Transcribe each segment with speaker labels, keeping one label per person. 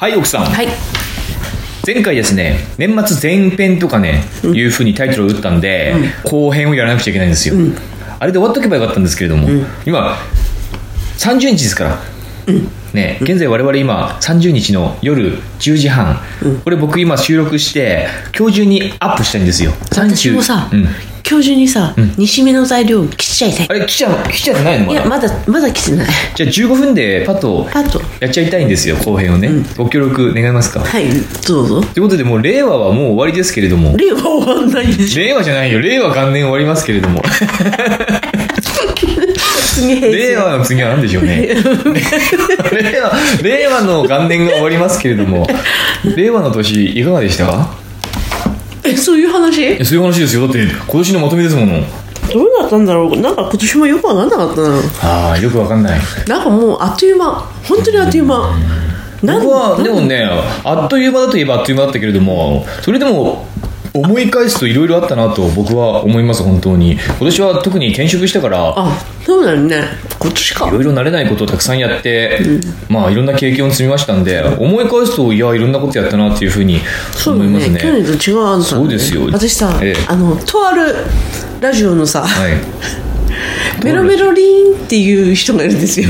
Speaker 1: はい、奥さん。
Speaker 2: はい。
Speaker 1: 前回ですね、年末前編とかね、いうふうにタイトルを打ったんで、後編をやらなくちゃいけないんですよ。あれで終わっとけばよかったんですけれども、今、30日ですから。ね、現在我々今30日の夜10時半、これ僕今収録して今日中にアップしたいんですよ30
Speaker 2: 私もさ、
Speaker 1: うん、
Speaker 2: 今日中にさ、西目の材料来ちゃいたい
Speaker 1: あ。れ来ちゃ来ちゃってないの
Speaker 2: い
Speaker 1: まだ
Speaker 2: や、まだ、まだ来てない。
Speaker 1: じゃあ15分でパッと
Speaker 2: パッと
Speaker 1: やっちゃいたいんですよ後編をね、ご協力願いますか
Speaker 2: はい、どう ぞ。
Speaker 1: ということでもう令和はもう終わりですけれども
Speaker 2: 令和終わんないでしょ。
Speaker 1: 令和じゃないよ令和元年終わりますけれども
Speaker 2: すげえ。
Speaker 1: 令和の次は何でしょうね 令和令和の元年が終わりますけれども令和の年いかがでしたか
Speaker 2: え、そういう話
Speaker 1: いやそういう話ですよだって今年のまとめですもの
Speaker 2: どうだったんだろうなんか今年もよくわかんなかったな。
Speaker 1: ああよくわかんない
Speaker 2: なんかもう、あっという間。本当にあっという間。なん
Speaker 1: 僕は
Speaker 2: か、
Speaker 1: でもねあっという間だといえばあっという間だったけれどもそれでも思い返すといろいろあったなと僕は思います本当に今年は特に転職したから
Speaker 2: あ、そうだよね。今年
Speaker 1: い
Speaker 2: か。
Speaker 1: ろいろ慣れないことをたくさんやって、まあいろんな経験を積みましたんで思い返すといやいろんなことやったなっていうふうに
Speaker 2: そう
Speaker 1: 思
Speaker 2: だ
Speaker 1: いますね
Speaker 2: ね。去年と違うあんたね
Speaker 1: そうですよ
Speaker 2: 私さ、
Speaker 1: ええ
Speaker 2: あの、とあるラジオのさ、
Speaker 1: はい、
Speaker 2: メロメロリーンっていう人がいるんですよ、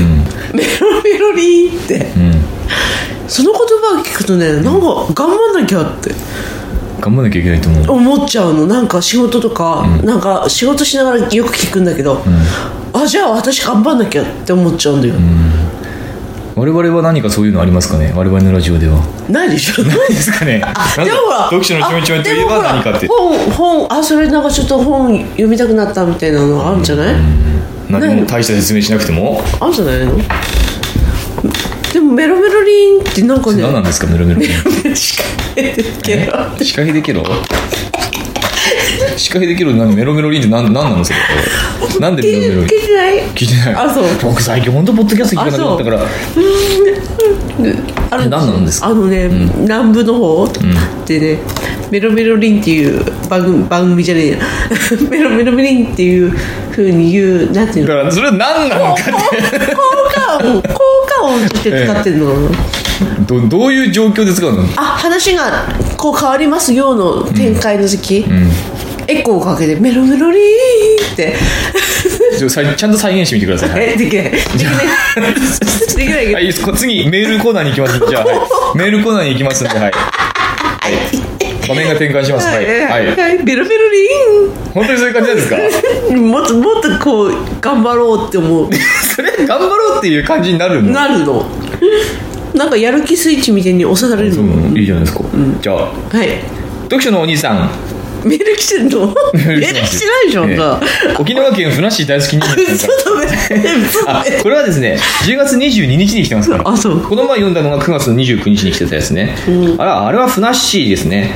Speaker 2: メロメロリーンって、その言葉を聞くとねなんか頑張んなきゃって
Speaker 1: 頑張んなきゃいけないと思う
Speaker 2: 思っちゃうのなんか仕事とか、なんか仕事しながらよく聞くんだけど、あじゃあ私頑張んなきゃって思っちゃうんだよ、
Speaker 1: 我々は何かそういうのありますかね我々のラジオでは
Speaker 2: ないでしょ
Speaker 1: 何ですかねなんか
Speaker 2: でもほら
Speaker 1: 読書のちょめちょめといえば何かっ
Speaker 2: あ
Speaker 1: て
Speaker 2: でもほら本本あそれなんかちょっと本読みたくなったみたいなのあるんじゃない、
Speaker 1: 何も大した説明しなくても
Speaker 2: あるんじゃないのでもメロメロリーンってなんかね
Speaker 1: 何なんですかメロメロ
Speaker 2: 仕掛けてるけど
Speaker 1: 司会できろ司会できろなんメロメロリンって何なんなのそれなんでメロメロリン
Speaker 2: 聞いてない
Speaker 1: 聞いてない
Speaker 2: あそう
Speaker 1: 僕最近本当ポッドキャスト聞かなくなったから
Speaker 2: あれ
Speaker 1: 何なんですか
Speaker 2: あのね、南部の方でねメロメロリンっていう番組番組じゃねえや メロメロリンっていうふうに言うなんて
Speaker 1: だ
Speaker 2: いうの
Speaker 1: からそれは何なのか
Speaker 2: 効果音効果音として使ってるのかな、
Speaker 1: どどういう状況で使うの
Speaker 2: あ話がこう変わりますよの展開の時、エコーをかけてメロメロリンって
Speaker 1: ちょさいちゃんと再現してみてください、はい
Speaker 2: えできないで きないできないけど
Speaker 1: はい、いいですこ次メールコーナーに行きますんでじゃあ、 はい、メールコーナーに行きますんではい、はい、画面が転換しますはい、はい、
Speaker 2: はい、ベロベロリ
Speaker 1: 本当にそういう感じなんですか
Speaker 2: ン もっともっとこう頑張ろうって思う
Speaker 1: それ頑張ろうっていう感じになるの
Speaker 2: なるのなんかやる気スイッチみたいに押さされる
Speaker 1: そう
Speaker 2: の
Speaker 1: なのいいじゃないですか、じゃあ
Speaker 2: はい
Speaker 1: 読書のお兄さん
Speaker 2: メール来てるのメール来てないじゃんか、
Speaker 1: ええ沖縄県ふなっしー大好き人間さん
Speaker 2: 嘘
Speaker 1: から
Speaker 2: だめ嘘だ
Speaker 1: あ
Speaker 2: め
Speaker 1: これはですね10月22日に来てますから
Speaker 2: あそう
Speaker 1: この前読んだのが9月の29日に来てたやつね、あらあれはふなっしーですね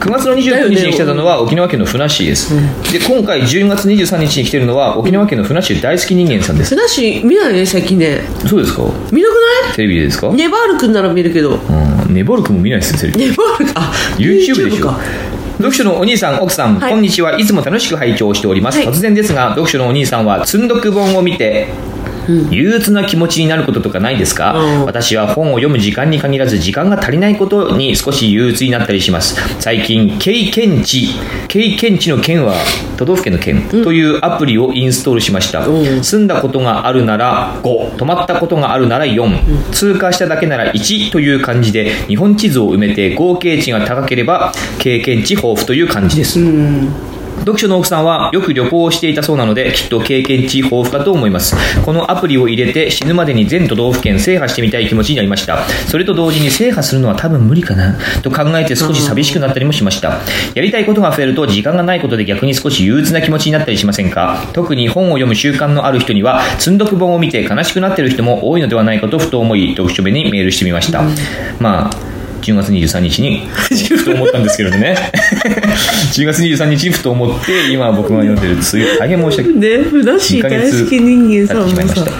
Speaker 1: 9月の29日に来てたのは沖縄県のふなっしーです、で今回10月23日に来てるのは沖縄県のふなっしー大好き人間さんです
Speaker 2: ふなし見ないね最近ね
Speaker 1: そうですか
Speaker 2: 見なくない
Speaker 1: テレビでですか、
Speaker 2: ネバールくんなら見るけど
Speaker 1: うん、ネボル君も見ないですよテレビ
Speaker 2: ネバールあ
Speaker 1: YouTube でしょ
Speaker 2: か
Speaker 1: 読書のお兄さん奥さん、
Speaker 2: はい
Speaker 1: こんにちはいつも楽しく拝聴しております、
Speaker 2: はい
Speaker 1: 突然ですが読書のお兄さんは積んどく本を見て憂鬱な気持ちになることとかないですか、
Speaker 2: うん
Speaker 1: 私は本を読む時間に限らず時間が足りないことに少し憂鬱になったりします最近経験値経験値の件は都道府県の県というアプリをインストールしました、
Speaker 2: うん
Speaker 1: 住んだことがあるなら5止まったことがあるなら4通過しただけなら1という感じで日本地図を埋めて合計値が高ければ経験値豊富という感じです読書の奥さんはよく旅行をしていたそうなのできっと経験値豊富かと思いますこのアプリを入れて死ぬまでに全都道府県制覇してみたい気持ちになりましたそれと同時に制覇するのは多分無理かなと考えて少し寂しくなったりもしましたやりたいことが増えると時間がないことで逆に少し憂鬱な気持ちになったりしませんか特に本を読む習慣のある人には積んどく本を見て悲しくなっている人も多いのではないかとふと思い読書部にメールしてみました、まあ10月23日にふと思ったんですけれどね 10月23日にふと思って今僕が読んでるツイート大変申し訳ない
Speaker 2: ねふなし大好き人間さん
Speaker 1: 経
Speaker 2: も
Speaker 1: ってしまいま
Speaker 2: さ
Speaker 1: した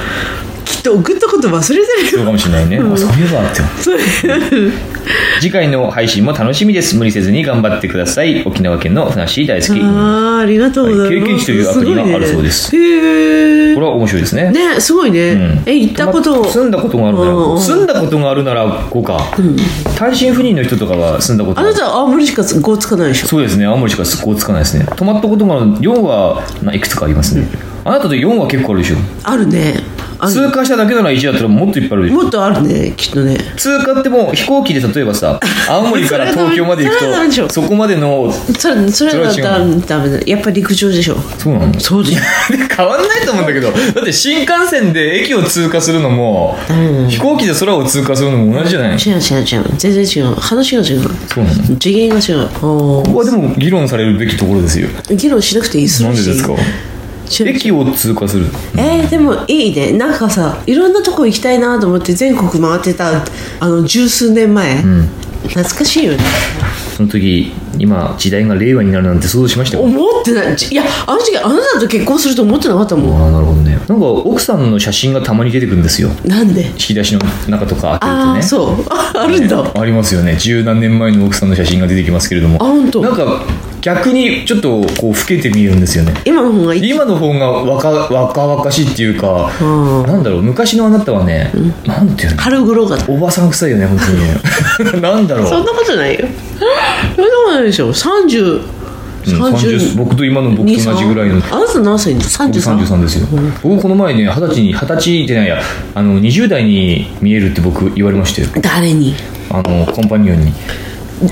Speaker 2: きっ人送ったこと忘れてる
Speaker 1: そう
Speaker 2: よ
Speaker 1: かもしれないね、あそういえばって
Speaker 2: そう
Speaker 1: 次回の配信も楽しみです無理せずに頑張ってください沖縄県のふなっしー大好き
Speaker 2: あーありがとうござい
Speaker 1: はい経
Speaker 2: ます、
Speaker 1: 験値というアプリが
Speaker 2: ごいね
Speaker 1: あるそうです
Speaker 2: へえ
Speaker 1: これは面白いですね
Speaker 2: ねすごいね、
Speaker 1: うん
Speaker 2: え行ったこと
Speaker 1: ま住んだことがあるなら
Speaker 2: うんうん
Speaker 1: 住んだことがあるなら5か単身赴任の人とかは住んだこと
Speaker 2: あ
Speaker 1: がある
Speaker 2: なたは青森しか5つかないでしょ
Speaker 1: そうですね青森しかそこつかないですね泊まったことがある4はないくつかありますねあなたと4は結構あるでしょ
Speaker 2: あるねある
Speaker 1: 通過しただけなら1だったらもっといっぱいあるでしょ
Speaker 2: もっとあるねきっとね
Speaker 1: 通過ってもう飛行機で例えば さ青森から東京まで行
Speaker 2: それはダメで
Speaker 1: く
Speaker 2: し
Speaker 1: とそ
Speaker 2: ょ
Speaker 1: こまでの
Speaker 2: それそれだっ
Speaker 1: それ
Speaker 2: た
Speaker 1: は
Speaker 2: らダメだやっぱり陸上でしょ
Speaker 1: そうなの
Speaker 2: そうです
Speaker 1: 変わんないと思うんだけどだって新幹線で駅を通過するのも、飛行機で空を通過するのも同じじゃない
Speaker 2: 違う違う違う全然違う話が違う
Speaker 1: そうなのこ
Speaker 2: 次元が違うお
Speaker 1: こはでも議論されるべきところですよ
Speaker 2: ー議論しなくていいす
Speaker 1: なんでですか
Speaker 2: 違う
Speaker 1: 駅を通過する
Speaker 2: えー、でもいいねなんかさいろんなとこ行きたいなと思って全国回ってたあの十数年前、懐かしいよね
Speaker 1: その時今時代が令和になるなんて想像しましたよ
Speaker 2: 思ってないいやあの時あなたと結婚すると思ってなかったもん
Speaker 1: ああなるほどねなんか奥さんの写真がたまに出てくるんですよ
Speaker 2: なんで
Speaker 1: 引き出しの中とか開けると
Speaker 2: ああ
Speaker 1: ね
Speaker 2: ーそうあるんだ
Speaker 1: ありますよね十何年前の奥さんの写真が出てきますけれども
Speaker 2: あ本当
Speaker 1: なんか逆にちょっとこう老けて見えるんですよね
Speaker 2: 今の方がいい
Speaker 1: 今の方が若若々しいっていうか、
Speaker 2: うん
Speaker 1: なんだろう昔のあなたはね、なんていうの
Speaker 2: 春黒が
Speaker 1: おばさん臭いよね本当 にねなんだろう
Speaker 2: そんなことないよそんなことないでしょ3030、
Speaker 1: うん30
Speaker 2: 30
Speaker 1: 僕と今の僕と同じぐらいの
Speaker 2: 23あなた何歳
Speaker 1: 僕
Speaker 2: ?33?
Speaker 1: 33ですよ、僕この前ね二十歳に二十歳じゃないやあの20代に見えるって僕言われましたよ
Speaker 2: 誰に
Speaker 1: あのコンパニオンに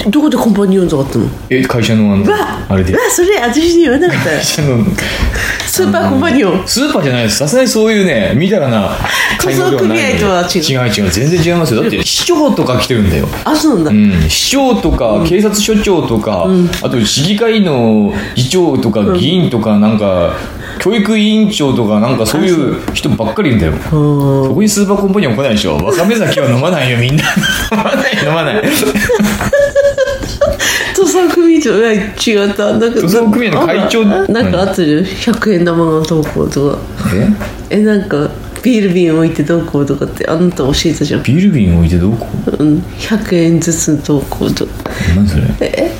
Speaker 2: どどこでコンパニオンとかあったの
Speaker 1: え会社のあの
Speaker 2: うわ
Speaker 1: あれで
Speaker 2: うわそれ私に言わなかった
Speaker 1: 会社の
Speaker 2: スーパーコンパニオン
Speaker 1: スーパーじゃないですさすがにそういうねみだらな会合ではないので
Speaker 2: 塗装組
Speaker 1: 違う違う全然違いますよだって市長とか来てるんだよ
Speaker 2: あそうなんだ、
Speaker 1: うん、市長とか警察署長とか、あと市議会の議長とか議員とかなんか、教育委員長とかなんかそういう人ばっかりいるんだよそこにスーパーコンパニオン来ないでしょわかめ酒は飲まないよみんな 飲まない飲まない
Speaker 2: 塗装組長が違ったなんか
Speaker 1: 塗装組合の会長
Speaker 2: なんかなんかあったじゃん100円玉がどうこうとか
Speaker 1: え
Speaker 2: えなんかビール瓶置いてどうこうとかってあなた教えたじゃん、
Speaker 1: ビール瓶置いてどうこう
Speaker 2: うん、100円ずつどうこうとか
Speaker 1: 何それ
Speaker 2: え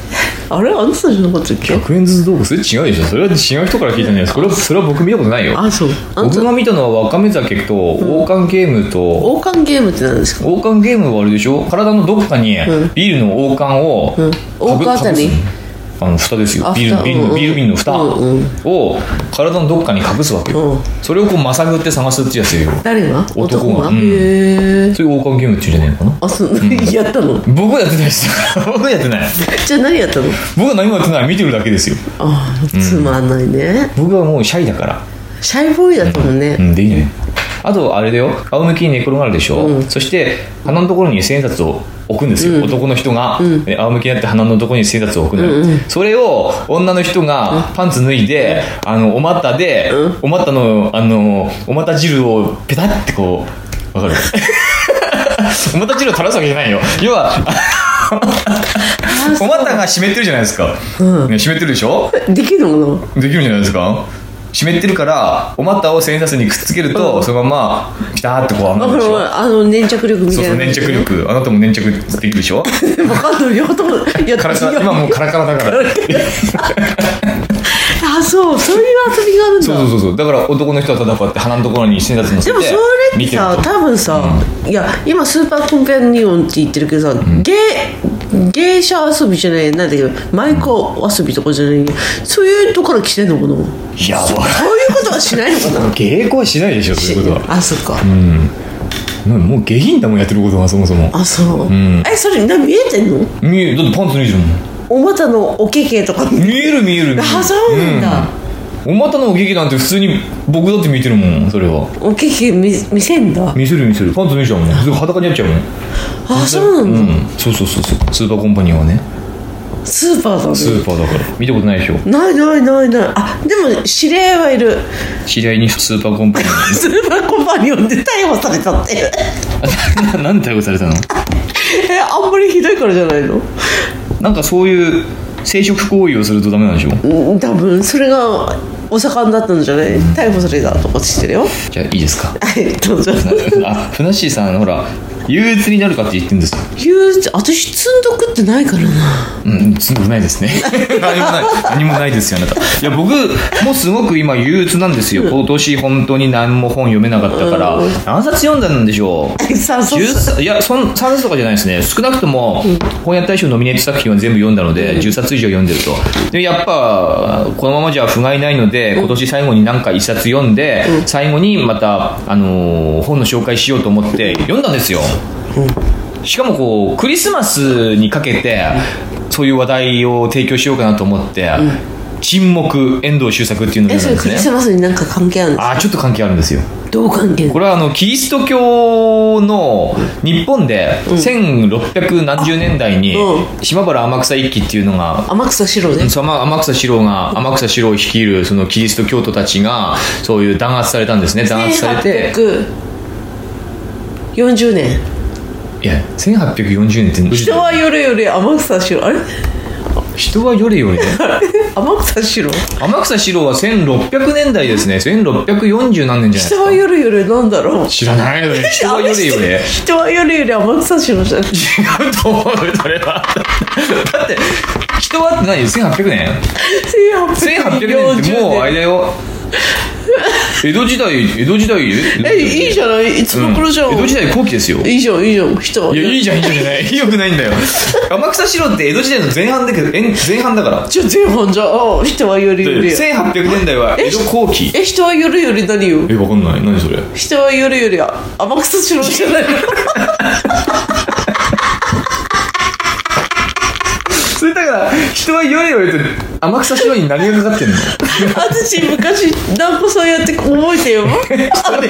Speaker 2: あれあなたじゃなかったっけ
Speaker 1: 100円ずつどうこうそれ違うでしょそれは違う人から聞いたんじゃないですかそれはそれは僕見たことないよ
Speaker 2: あそうあな
Speaker 1: 僕
Speaker 2: た
Speaker 1: が見たのはわかめ酒と王冠ゲームと
Speaker 2: 王冠ゲームって何ですか
Speaker 1: 王冠ゲームはあれでしょ体のどこかにビールの王冠を、
Speaker 2: ん王冠あた
Speaker 1: かぶかぶ
Speaker 2: り
Speaker 1: すあの蓋ですよ
Speaker 2: あ
Speaker 1: ビール
Speaker 2: 蓋
Speaker 1: ビール
Speaker 2: うん
Speaker 1: の
Speaker 2: うん
Speaker 1: ビール瓶の蓋
Speaker 2: うんうん
Speaker 1: を体のどっかにかぶすわけよ、
Speaker 2: うん
Speaker 1: それをこうまさぐって探すってやつよ
Speaker 2: 誰が
Speaker 1: 男が
Speaker 2: 男が
Speaker 1: うん
Speaker 2: へえ
Speaker 1: そういう王冠ゲームっていうんじゃないのかな
Speaker 2: あそうやったの
Speaker 1: 僕はやってないです 僕はやってない
Speaker 2: じゃあ何やったの
Speaker 1: 僕は何もやってない見てるだけですよ
Speaker 2: ああつまんないね、
Speaker 1: 僕はもうシャイだから
Speaker 2: シャイボーイだったもんね、
Speaker 1: うんでいいねあとあれだよ仰向けに寝転がるでしょ、そして鼻のところに千円札を置くんですよ、男の人が、で仰向けになって鼻のところに千円札を置くのよ、それを女の人がパンツ脱いで、あのお股で、お股のあのお股汁をペタってこうわかる お股汁を垂らすわけじゃないよ要はお股が湿ってるじゃないですか、ね、湿ってるでしょ
Speaker 2: できるのか
Speaker 1: できるんじゃないですか湿ってるからお股を千円札にくっつけると、そのままピターってこう上
Speaker 2: な
Speaker 1: がる
Speaker 2: あ
Speaker 1: でしょ
Speaker 2: ほらあの粘着力みた
Speaker 1: そう
Speaker 2: い
Speaker 1: そう
Speaker 2: な
Speaker 1: 粘着力あなたも粘着できるでしょ
Speaker 2: 分かんない両方ともやって
Speaker 1: カラカラ今もうカラカラだから
Speaker 2: あそうそういう遊びがあるんだ
Speaker 1: そうそうそうそうだから男の人はただこうやって鼻のところに千円札乗せ
Speaker 2: で
Speaker 1: て
Speaker 2: もそれっ
Speaker 1: 見
Speaker 2: て
Speaker 1: てる
Speaker 2: さ
Speaker 1: と
Speaker 2: 多分さ、いや今スーパーコンパニオンって言ってるけどさ、芸芸者遊びじゃないなんだけど舞妓遊びとかじゃないそういうとこから来てんのかなそういう
Speaker 1: いやわ
Speaker 2: ことはしないのかな
Speaker 1: 芸妓はしないでしょそういうことは
Speaker 2: あそっか、
Speaker 1: なもう下品だもんやってることがそもそも
Speaker 2: あそう、えそれな見えてんの
Speaker 1: 見えだってパンツ脱いじゃん
Speaker 2: お股のおけけとか
Speaker 1: 見える見える見える
Speaker 2: あそうなんだ、
Speaker 1: お股のお劇なんて普通に僕だって見てるもんそれは
Speaker 2: おけけ見見せんだ
Speaker 1: 見せる見せるパンツ脱いじゃうもん普通裸になっちゃうもん
Speaker 2: あそうなんだ、
Speaker 1: うん、そうそうそうそうスーパーコンパニオンはね
Speaker 2: スーパーだね
Speaker 1: スーパーだから見たことないでしょ
Speaker 2: ないないないないあでも知り合いはい る
Speaker 1: 知り合いにスーパーコンパニ
Speaker 2: スーパーコンパニオンで逮捕されたって
Speaker 1: オンなん で逮捕されたの
Speaker 2: えあんまりひどいからじゃないの
Speaker 1: なんかそういう生殖行為をするとダメなんでしょ
Speaker 2: うん多分それがお盛んだったんじゃない逮捕されたとかって知ってるよ
Speaker 1: じゃあいいですか
Speaker 2: はいどうぞ
Speaker 1: あふなっしーさんほら憂鬱になるかって言ってるんですよ
Speaker 2: 憂鬱私積んどくってないからな
Speaker 1: うん、つんくないですね。 何もない。何もないですよ、あなた。いや、僕もすごく今憂鬱なんですよ。今年本当に何も本読めなかったから。何冊読んだんでしょう
Speaker 2: 三冊
Speaker 1: 10冊いや、そん、3冊とかじゃないですね。少なくとも、本屋大賞ノミネート作品は全部読んだので、10冊以上読んでると。で、やっぱ、このままじゃ不甲斐ないので、今年最後に何か1冊読んで、最後にまた、あのー本の紹介しようと思って、読んだんですよ。しかもこうクリスマスにかけてそういう話題を提供しようかなと思って「沈黙遠藤周作」っていうのを
Speaker 2: え
Speaker 1: 読
Speaker 2: そ
Speaker 1: んだ
Speaker 2: れ
Speaker 1: んで
Speaker 2: クリ
Speaker 1: す
Speaker 2: ス
Speaker 1: ね
Speaker 2: マスになんか関係あるんです
Speaker 1: ああちょっと関係あるんですよ
Speaker 2: どう関係
Speaker 1: これはあのキリスト教の日本で1600何十年代に
Speaker 2: う
Speaker 1: 島原天草一揆っていうのが
Speaker 2: 天草四郎ね
Speaker 1: そう天天草四郎が天草四郎を率いるそのキリスト教徒たちがそういう弾圧されたんですね弾圧されて
Speaker 2: 40年
Speaker 1: いや1840年って
Speaker 2: 人はよれよれ天草四 郎あれ
Speaker 1: 人はよれよれ
Speaker 2: 天草四郎
Speaker 1: 天草四郎は1600年代ですね1640何年じゃないです
Speaker 2: 人
Speaker 1: か
Speaker 2: はよれよれなんだろう
Speaker 1: 知らないよね人はよれよれ
Speaker 2: 人はよれよれ天草四郎じ ゃない
Speaker 1: 違うと思うそれはだって人はって何1800年1800年ってもうあれだよ江戸時代江戸時代
Speaker 2: えいいじ
Speaker 1: ゃん
Speaker 2: ゃないいつの頃じゃん、
Speaker 1: 江戸時代後期ですよ
Speaker 2: いいじゃんいいじゃん人はい
Speaker 1: やいいじゃんいいじゃんじゃないよくない んだよ天草四郎って江戸時代の前半だけどえん前半だから
Speaker 2: じゃあ前半じゃああ人はよりより
Speaker 1: 1800年代は江戸後期
Speaker 2: え人はよりより何よ
Speaker 1: えわかんない何それ
Speaker 2: 人はよりよりあ天草四郎じゃ ないの
Speaker 1: それだから人はよれよれと天草四郎に何がかかってんの
Speaker 2: 私昔南湖さんやって 覚えてよあれ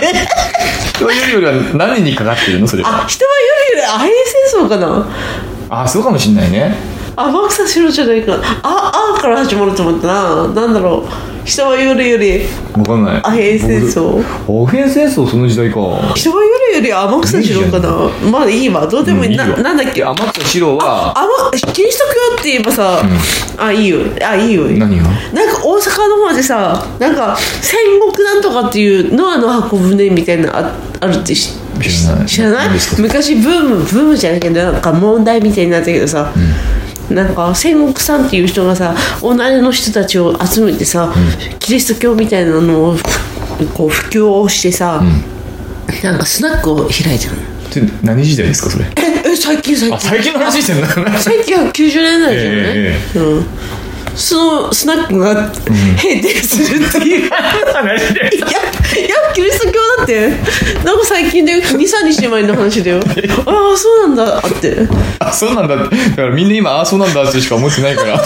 Speaker 1: 人はよれよれは何にかかってるのそれは
Speaker 2: あ人はよりよりあれ戦争かな
Speaker 1: あそうかもしんないね
Speaker 2: 天草四郎じゃないかああから始まると思ったななんだろう人はよりより
Speaker 1: わかんない
Speaker 2: アヘン戦争
Speaker 1: アヘン戦争その時代か
Speaker 2: 人はよりより天草四郎かなまあいいわどうでもいい,、
Speaker 1: うんいいよ
Speaker 2: ななんだっけ
Speaker 1: 天草四郎は
Speaker 2: あまキリスト教って言えばさ、あいいよあいいよ
Speaker 1: 何が
Speaker 2: なんか大阪の方でさなんか戦国なんとかっていうノアの箱舟みたいなのああるって知
Speaker 1: 知らない
Speaker 2: 知らない
Speaker 1: 何ですか
Speaker 2: 昔ブームブームじゃないけどなんか問題みたいになったけどさ、なんか戦国さんっていう人がさ同じの人たちを集めてさ、キリスト教みたいなのをこう布教をしてさ、なんかスナックを開いたの
Speaker 1: って何時代ですかそれ
Speaker 2: ええ最近最近
Speaker 1: あ最近の話してんだ
Speaker 2: 1990年代じゃない、
Speaker 1: え
Speaker 2: うん、そのスナックが閉店するっていう、いや
Speaker 1: 話で
Speaker 2: いやキリスト教だってなんか最近で23日前の話だよああそうなんだっていや
Speaker 1: あそうなんだってだからみんな今あそうなんだってしか思ってないから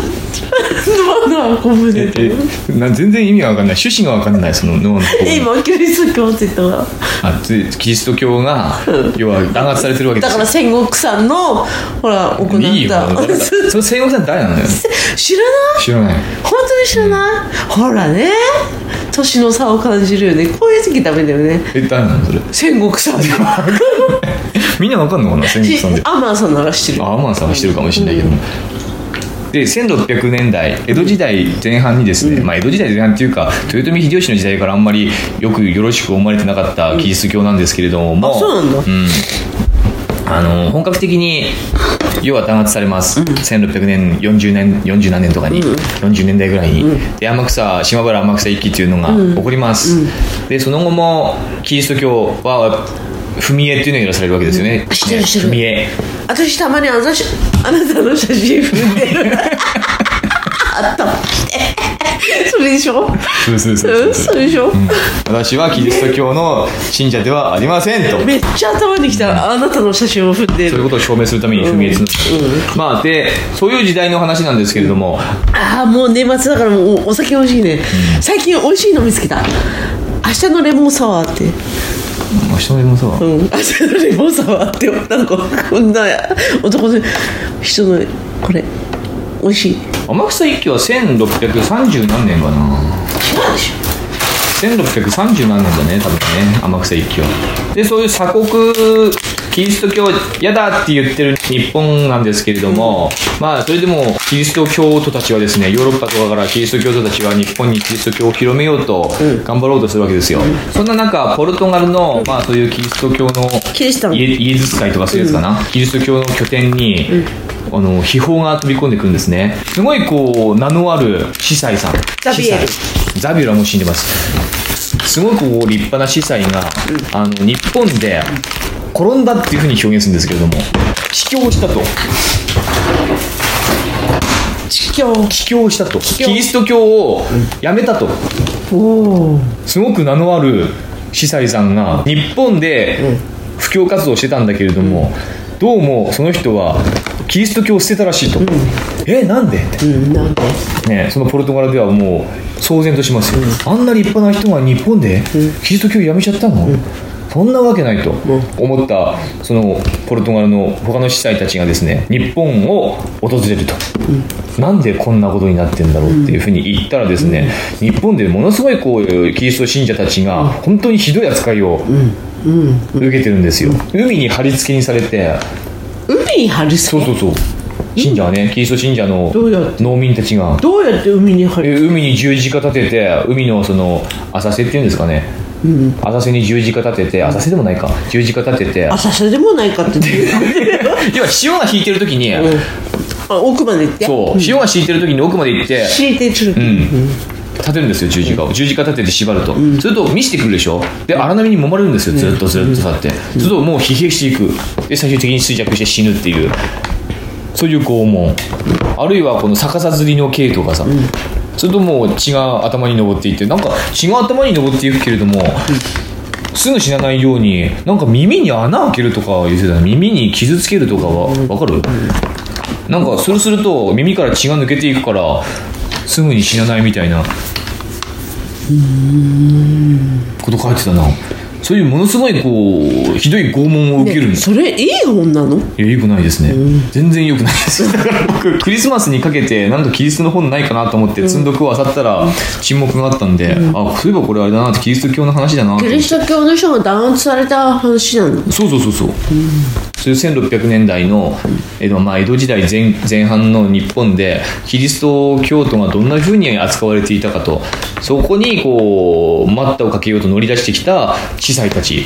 Speaker 2: ーノアの箱舟
Speaker 1: え
Speaker 2: って
Speaker 1: えな全然意味がわかんない趣旨がわかんないその脳の
Speaker 2: え今キリスト教って言ったわ
Speaker 1: あつキリスト教が要は弾圧されてるわけで
Speaker 2: だ
Speaker 1: す
Speaker 2: か
Speaker 1: よ
Speaker 2: ら戦国さんのほら行った
Speaker 1: いいよ その戦国さん誰なのよ
Speaker 2: 知らない
Speaker 1: 知らない
Speaker 2: 本当に知らない、ほらね年の差を感じるよねこういう時ダメだよね
Speaker 1: え誰なのそれ
Speaker 2: 戦国 さん
Speaker 1: みんなわかんのか な戦国さんで
Speaker 2: アマンさんなら知ってる
Speaker 1: あアマンさんはしてるかもしれないけども、で1600年代江戸時代前半にですね、まあ、江戸時代前半っていうか豊臣秀吉の時代からあんまりよくよろしく思われてなかったキリスト教なんですけれども、
Speaker 2: あそうなんだ
Speaker 1: あの本格的に要は弾圧されます、1600年40年40何年とかに、40年代ぐらいに、で天草島原天草一揆っていうのが起こります、でその後もキリスト教は踏み絵っていうのをやらされるわけですよね、
Speaker 2: 知ってる知ってる
Speaker 1: 踏み絵
Speaker 2: 私たまにあのしあなたの写真踏んでるあったそれでしょ
Speaker 1: そうそうそう
Speaker 2: う
Speaker 1: そう
Speaker 2: んそれでしょ、
Speaker 1: 私はキリスト教の信者ではありませんと。
Speaker 2: めっちゃ頭にきたあなたの写真を踏んで
Speaker 1: そういう
Speaker 2: る
Speaker 1: ことを証明するために踏み絵する、まあでそういう時代の話なんですけれども、
Speaker 2: ああもう年末だからもうお酒美味しいね、最近美味しいの見つけた明日のレモンサワーって
Speaker 1: まあ、人目もさ、
Speaker 2: うん明日のレモンサワーってなんかこんな男の人のこれ美味しい
Speaker 1: 天草一揆は1630何年かな
Speaker 2: 違うでしょ
Speaker 1: 1630何年だね多分ね天草一揆はでそういう鎖国キリスト教嫌だって言ってる日本なんですけれども、まあそれでもキリスト教徒たちはですねヨーロッパとかからキリスト教徒たちは日本にキリスト教を広めようと頑張ろうとするわけですよ、そんな中ポルトガルの、まあ、そういうキリスト教の
Speaker 2: キリシタン
Speaker 1: イエイエズス会とかそういうやつかな、キリスト教の拠点に、あの秘宝が飛び込んでくるんですねすごいこう名のある司祭さん
Speaker 2: ザビエル
Speaker 1: 司祭ザビエルはもう死んでますすごくこう立派な司祭が、あの日本で転んだっていうふうに表現するんですけれども帰郷したと
Speaker 2: 地教
Speaker 1: 帰郷したと
Speaker 2: 郷
Speaker 1: キリスト教をやめたと、
Speaker 2: おお
Speaker 1: すごく名のある司祭さんが日本で布教活動をしてたんだけれども、どうもその人はキリスト教を捨てたらしいと、えなんでって、
Speaker 2: うんなんで
Speaker 1: ね、そのポルトガルではもう騒然としますよ、あんな立派な人が日本でキリスト教をやめちゃったの、そんなわけないと思ったそのポルトガルの他の司祭たちがですね日本を訪れると、なんでこんなことになってんだろうっていうふうに言ったらですね、日本でものすごいこうキリスト信者たちが本当にひどい扱いを受けてるんですよ海に貼り付けにされて
Speaker 2: 海に張り
Speaker 1: そ
Speaker 2: 付
Speaker 1: う
Speaker 2: け
Speaker 1: そうそう信者はねキリスト信者の
Speaker 2: どうやって
Speaker 1: 農民たちが
Speaker 2: どうやって海に張り
Speaker 1: え海に十字架立てて海のその浅瀬っていうんですかね、浅瀬に十字架立てて浅瀬でもないか十字架立てて
Speaker 2: 浅瀬でもないかって
Speaker 1: 要は潮が引いてる時に、
Speaker 2: あ奥まで行って
Speaker 1: そう潮が引いてる時に奥まで行って、
Speaker 2: 知りてちょっと
Speaker 1: うん、立てるんですよ十字架を十字架立てて縛ると、すると見せてくるでしょで荒波に揉まれるんですよずっとずっと立って、するともう疲弊していくで最終的に衰弱して死ぬっていうそういう拷問あるいはこの逆さ釣りの系とかさ、それともう血が頭に上っていってなんか血が頭に上っていくけれども、すぐ死なないようになんか耳に穴開けるとか言ってたね耳に傷つけるとかはわかる、なんかそうすると耳から血が抜けていくからすぐに死なないみたいなこと書いてたなそういうものすごいこうひどい拷問を受けるんです
Speaker 2: それいい本なの
Speaker 1: いやよくないですね、全然よくないですだから僕クリスマスにかけてなんかキリストの本ないかなと思って積んどくを漁ったら沈黙があったんで、あそういえばこれあれだなってキリスト教の話だなと思
Speaker 2: キ
Speaker 1: って
Speaker 2: リスト教の人が弾圧された話なの
Speaker 1: そうそうそうそう、そういう1600年代の、えっとまあ、江戸時代前前半の日本でキリスト教徒がどんなふうに扱われていたかとそこにこう待ったをかけようと乗り出してきた司祭たち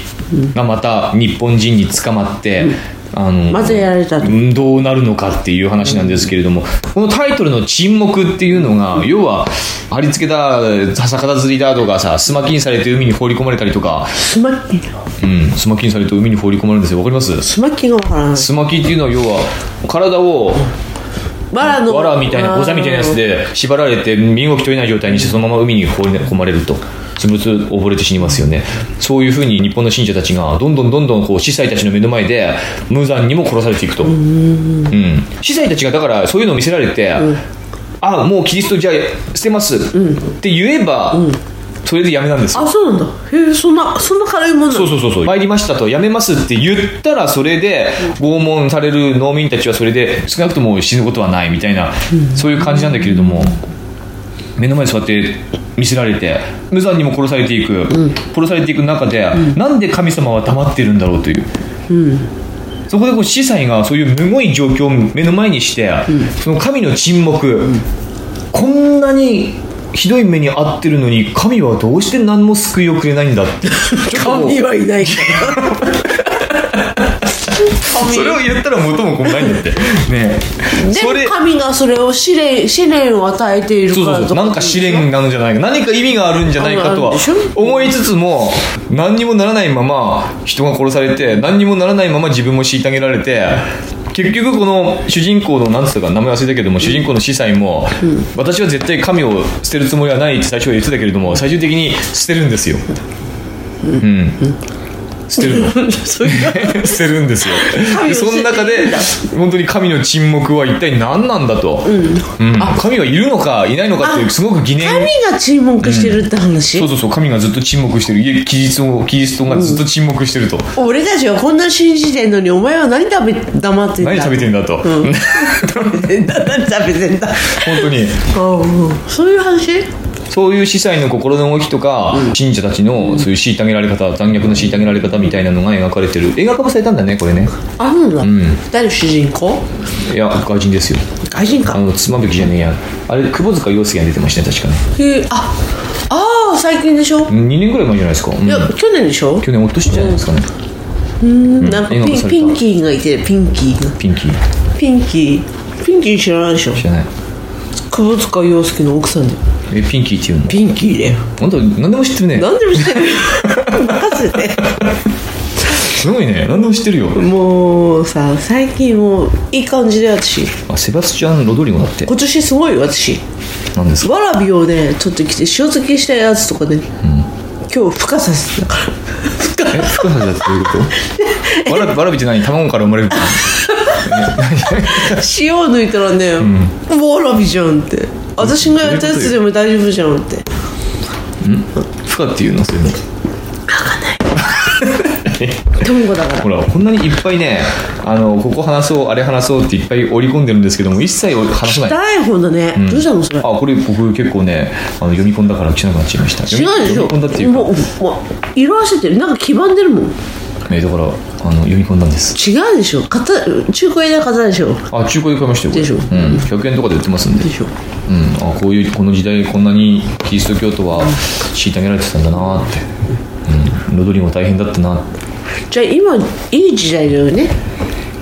Speaker 1: がまた日本人に捕まって、あの
Speaker 2: まずやられたと
Speaker 1: うんどうなるのかっていう話なんですけれども、このタイトルの「沈黙」っていうのが要は貼り付けだ逆さ釣りだとかさスマキにされて海に放り込まれたりとか
Speaker 2: スマッキー
Speaker 1: うん、スマキにされて海に放り込まれるんですよわかります
Speaker 2: スマッキーがわからない
Speaker 1: スマキっていうのは要は体を
Speaker 2: わらの
Speaker 1: わらみたいなゴザみたいなやつで縛られて身動き取れない状態にしてそのまま海に放り込まれるとつぶつ溺れて死にますよねそういうふうに日本の信者たちがどんどんどんどんこう司祭たちの目の前で無残にも殺されていくとうん、司祭たちがだからそういうのを見せられて、あもうキリストじゃあ捨てますって言えば、それでやめなんですよ
Speaker 2: あそうなんだへえそんなそんな軽いもんなの
Speaker 1: そうそうそうそう参りましたとやめますって言ったらそれで拷問される農民たちはそれで少なくとも死ぬことはないみたいなそういう感じなんだけれども目の前に座って見せられて無残にも殺されていく殺されていく中でなんで神様は黙ってるんだろうという。そこでこう司祭がそういうむごい状況を目の前にして、その神の沈黙、こんなにひどい目に遭ってるのに神はどうして何も救いをくれないんだ って
Speaker 2: 神は いないから神
Speaker 1: それを言ったら元も子もない んだってねえそ
Speaker 2: で
Speaker 1: れ
Speaker 2: も神がそれを試練試練を与えているか
Speaker 1: そう
Speaker 2: ら
Speaker 1: そうそうなんか試練なのじゃないか何か意味があるんじゃないかとは
Speaker 2: あるんでしょ
Speaker 1: 思いつつも何にもならないまま人が殺されて何にもならないまま自分も虐げられて結局この主人公の何つったか名前忘れたけども主人公の司祭も私は絶対神を捨てるつもりはないって最初は言ってたけれども最終的に捨てるんですようん捨てるの
Speaker 2: そういう
Speaker 1: 捨てるん ですよ
Speaker 2: 神
Speaker 1: で
Speaker 2: を捨て
Speaker 1: その中で本当に神の沈黙は一体何なんだと、うん神はいるのかいないのかっていう
Speaker 2: あ
Speaker 1: すごく疑念
Speaker 2: 神が沈黙してるって話、
Speaker 1: そうそうそう神がずっと沈黙してるいえキリストキリストがずっと沈黙してると、
Speaker 2: 俺たちはこんな信じてんのにお前は何食べ黙ってんだ
Speaker 1: 何食べてんだと、
Speaker 2: うん
Speaker 1: 本
Speaker 2: 食べてんだ何食べてんだ
Speaker 1: 当に
Speaker 2: ああそういう話
Speaker 1: そういう司祭の心の動きとか、信者たちのそういう虐げられ方残虐の虐げられ方みたいなのが描かれてる映画化もされたんだねこれね
Speaker 2: あるんだ、誰主人公
Speaker 1: いや外人ですよ
Speaker 2: 外人
Speaker 1: あ
Speaker 2: か、
Speaker 1: の妻夫木じゃねえやあれ窪塚洋介が出てましたね確かね
Speaker 2: へえああー最近でしょ、い
Speaker 1: 2年ぐらい前じゃないですか、うん
Speaker 2: や去年でしょ、
Speaker 1: 去年おとしじゃないですかね、
Speaker 2: うん、なんか
Speaker 1: 映画化
Speaker 2: ピ
Speaker 1: された
Speaker 2: ンピンキーがいてピンキーが
Speaker 1: ピンキー
Speaker 2: ピンキーピンキー知らないでしょ
Speaker 1: 知らない
Speaker 2: 窪塚洋介の奥さんだよ
Speaker 1: えピンキーっていうの
Speaker 2: ピンキーだよ
Speaker 1: 本当何でも知ってるね
Speaker 2: 何でも知ってる 任せて
Speaker 1: すごいね何でも知ってるよ
Speaker 2: もうさ最近もういい感じで私
Speaker 1: あセバスチャン・ロドリゴだって
Speaker 2: 今年すごいよ私
Speaker 1: 何ですか
Speaker 2: わらびをね取ってきて塩漬けしたやつとかね、今日孵化させてたから孵化
Speaker 1: え深さだってどういう ことわらびわらびって何卵から生まれるって
Speaker 2: 塩を抜いたらね、わらびじゃんって私がやったやつでも大丈夫じゃんって
Speaker 1: 深っていうのそういうの
Speaker 2: トンボだから
Speaker 1: ほらこんなにいっぱいねあのここ話そうあれ話そうっていっぱい織り込んでるんですけども一切話さない
Speaker 2: 大本だね、どうしたのそれ
Speaker 1: あこれ僕結構ねあの読み込んだから知らなくなっちゃいました
Speaker 2: 違うで
Speaker 1: 読
Speaker 2: し
Speaker 1: み読
Speaker 2: ょ
Speaker 1: み込んだっていうか
Speaker 2: もうもう色あせてるなんか黄ばんでるもん違
Speaker 1: えだからあの読み込んだんです
Speaker 2: うでしょ型中古屋で型でしょ
Speaker 1: あ中古で買いましたよこれ
Speaker 2: でしょ
Speaker 1: うん、100円とかで売ってますんで
Speaker 2: でしょ
Speaker 1: うん、あこういうこの時代こんなにキリスト教徒は虐げられてたんだなって、うん、ロドリゴ大変だったなって
Speaker 2: じゃあ今いい時代だよね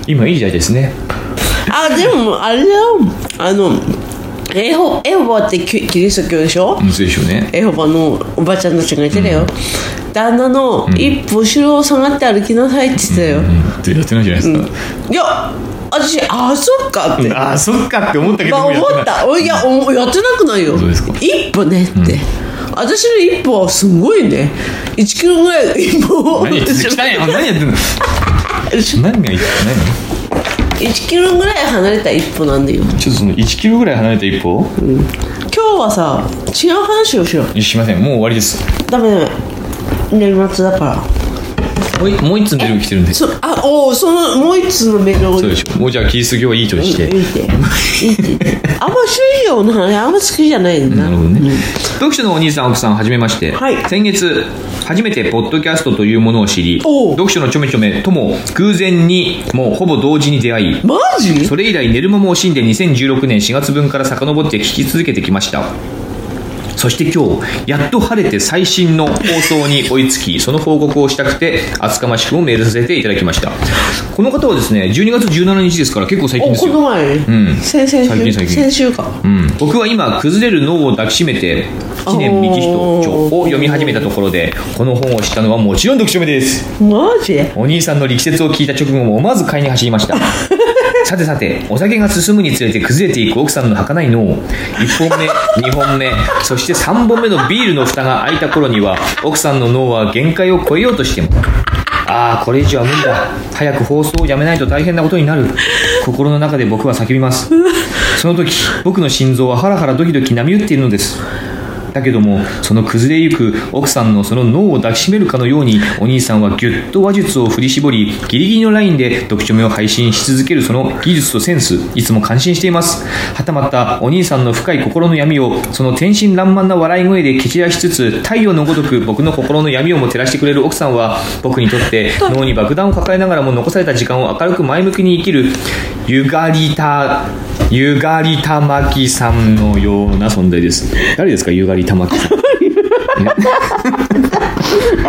Speaker 1: 今いい時代ですね
Speaker 2: あでもあれだよあのエホエホバってキキリスト教でしょ、
Speaker 1: むずいでしょうね
Speaker 2: エホバのおばちゃんたちが言ってたよ、旦那の一歩後ろを下がって歩きなさいって言ってたよ、
Speaker 1: うんってやってないじゃないですか、
Speaker 2: いや私あそっかって、
Speaker 1: ああそっかって思ったけど
Speaker 2: まあ、
Speaker 1: もうや
Speaker 2: 思
Speaker 1: てない
Speaker 2: ったおいやおやってなくないよ
Speaker 1: そうですか
Speaker 2: 一歩ねって、私の一歩はすごいね1キロぐらい一歩を
Speaker 1: 何言ってんの汚いあ何やっ てんの何が言って何
Speaker 2: 1キロぐらい離れた一歩なんだよ
Speaker 1: ちょっとその1キロぐらい離れた一歩、
Speaker 2: 今日はさ違う話をしよう
Speaker 1: しませんもう終わりです
Speaker 2: ダメダメ年末だから
Speaker 1: もうもう一つメール来てるんです
Speaker 2: そあおおそのもう一つのメールを
Speaker 1: そうでしょもうじゃあキリスト教はいいと
Speaker 2: いい
Speaker 1: し
Speaker 2: って
Speaker 1: て
Speaker 2: いいってあんま宗教の話あんま好きじゃないんだ
Speaker 1: なるほどね、読書のお兄さん奥さんはじめまして、
Speaker 2: はい
Speaker 1: 先月初めてポッドキャストというものを知り
Speaker 2: おう
Speaker 1: 読書のちょめちょめとも偶然にもうほぼ同時に出会い
Speaker 2: マジ
Speaker 1: それ以来寝る間も惜しんで2016年4月分から遡って聞き続けてきましたそして今日やっと晴れて最新の放送に追いつきその報告をしたくて厚かましくもメールさせていただきましたこの方はですね12月17日ですから結構最近
Speaker 2: お
Speaker 1: です
Speaker 2: こ
Speaker 1: よ
Speaker 2: の前、
Speaker 1: ん最
Speaker 2: 先々
Speaker 1: 近
Speaker 2: 週
Speaker 1: 最近
Speaker 2: 先週か
Speaker 1: うん、僕は今「崩れる脳を抱きしめて」知念幹人著を読み始めたところでこの本を知ったのはもちろん読書目です
Speaker 2: マジ
Speaker 1: お兄さんの力説を聞いた直後も思わず買いに走りましたさてさてお酒が進むにつれて崩れていく奥さんの儚い脳1本目2本目そして3本目のビールの蓋が開いた頃には奥さんの脳は限界を超えようとしてもああこれ以上は無理だ早く放送をやめないと大変なことになる心の中で僕は叫びますその時僕の心臓はハラハラドキドキ波打っているのですだけどもその崩れゆく奥さんのその脳を抱きしめるかのようにお兄さんはぎゅっと話術を振り絞りギリギリのラインで読書目を配信し続けるその技術とセンスいつも感心していますはたまたお兄さんの深い心の闇をその天真爛漫な笑い声で蹴散らしつつ太陽のごとく僕の心の闇をも照らしてくれる奥さんは僕にとって脳に爆弾を抱えながらも残された時間を明るく前向きに生きるゆがりたゆがりたまきさんのような存在です誰ですかゆがりたまきさん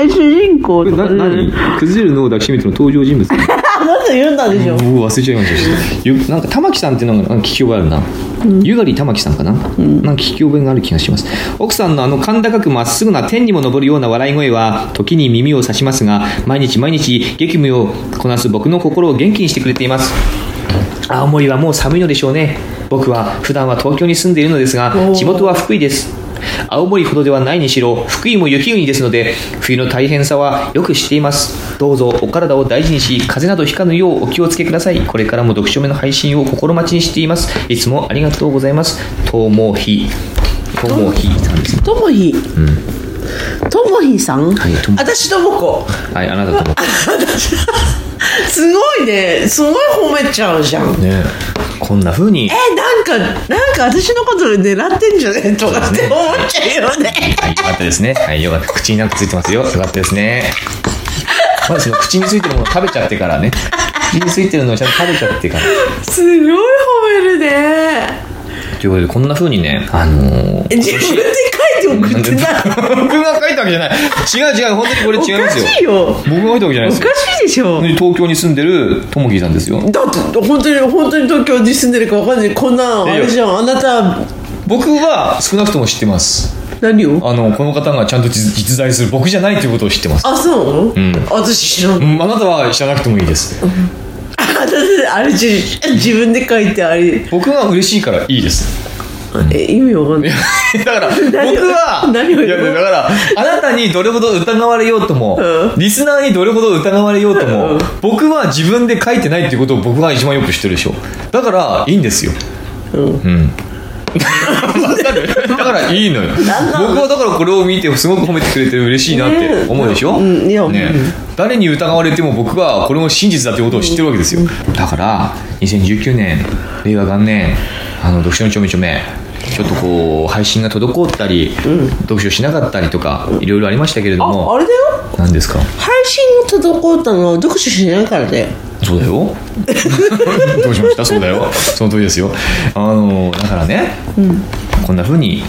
Speaker 2: 主人公と
Speaker 1: な
Speaker 2: か
Speaker 1: 何崩れる脳を抱きしめての登場人物
Speaker 2: あなた言うんだでしょ
Speaker 1: もう忘れちゃいましたゆなんか玉木さんっていうのがなんか聞き覚えあるな、ゆがり玉木さんかな、なんか聞き覚えがある気がします奥さんのあの甲高くまっすぐな天にも昇るような笑い声は時に耳を刺しますが毎日毎日激務をこなす僕の心を元気にしてくれています青森はもう寒いのでしょうね僕は普段は東京に住んでいるのですが
Speaker 2: おー
Speaker 1: 地元は福井です青森ほどではないにしろ福井も雪国ですので冬の大変さはよく知っていますどうぞお体を大事にし風邪などひかぬようお気をつけくださいこれからも読書目の配信を心待ちにしていますいつもありがとうございますともひともひさんですね
Speaker 2: ともひともひさん
Speaker 1: いとも
Speaker 2: 私ともこ
Speaker 1: はいあな たとも
Speaker 2: すごいねすごい褒めちゃうじゃん
Speaker 1: ねこんな風に
Speaker 2: えなんかなんか私のこと狙ってんじゃねとか
Speaker 1: そう
Speaker 2: っ
Speaker 1: です
Speaker 2: て
Speaker 1: ね
Speaker 2: 思っちゃうよね
Speaker 1: はい、よかったですね。はい、よかった。口になんかついてますよ。よかったですね。まずその口についてるものを食べちゃってからね。口についてるのをちゃんと食べちゃってから。
Speaker 2: すごい褒めるね
Speaker 1: ということで、こんな風にね、あの
Speaker 2: え
Speaker 1: ー、
Speaker 2: 自分で書いて送ってた
Speaker 1: 僕が書いたわけじゃない。違う違う、本当にこれ違い
Speaker 2: お
Speaker 1: ま
Speaker 2: か
Speaker 1: すよ。
Speaker 2: しいよ
Speaker 1: 僕が書いたわけじゃない
Speaker 2: お
Speaker 1: で
Speaker 2: か
Speaker 1: すよ。
Speaker 2: しいでしょ
Speaker 1: 本当に東京に住んでるともきさんですよ。
Speaker 2: だって本当に本当に東京に住んでるかわかんないこんなのあれじゃんあなた
Speaker 1: 僕は少なくとも知ってます。
Speaker 2: 何を
Speaker 1: あの、この方がちゃんと実実在する僕じゃないということを知ってます。
Speaker 2: あそう、
Speaker 1: ん
Speaker 2: 私知らん
Speaker 1: うんあなたは知らなくてもいいです。
Speaker 2: あだってあれじ自分で書いてあれ
Speaker 1: 僕が嬉しいからいいです。
Speaker 2: え意味わかんない
Speaker 1: だから僕
Speaker 2: 何を
Speaker 1: は
Speaker 2: 何を言う
Speaker 1: いやだからあなたにどれほど疑われようとも、
Speaker 2: う
Speaker 1: リスナーにどれほど疑われようとも、
Speaker 2: うん
Speaker 1: 僕は自分で書いてないってことを僕が一番よく知ってるでしょだからいいんですよ
Speaker 2: うん
Speaker 1: んわかるだからいいのよ僕
Speaker 2: なんなの
Speaker 1: はだからこれを見てすごく褒めてくれて嬉しいなって思うでしょ、
Speaker 2: うんいや
Speaker 1: ね
Speaker 2: うん
Speaker 1: 誰に疑われても僕はこれも真実だということを知ってるわけですよだから2019年令和元年あの読書のちょめちょめちょっとこう配信が滞ったり、読書しなかったりとかいろいろありましたけれど
Speaker 2: ああ
Speaker 1: も
Speaker 2: れだよ
Speaker 1: 何ですか
Speaker 2: 配信が滞ったのは読書しないからだよ
Speaker 1: そうだよ どうしましたそうだよその通りですよあのだからね、こんな風に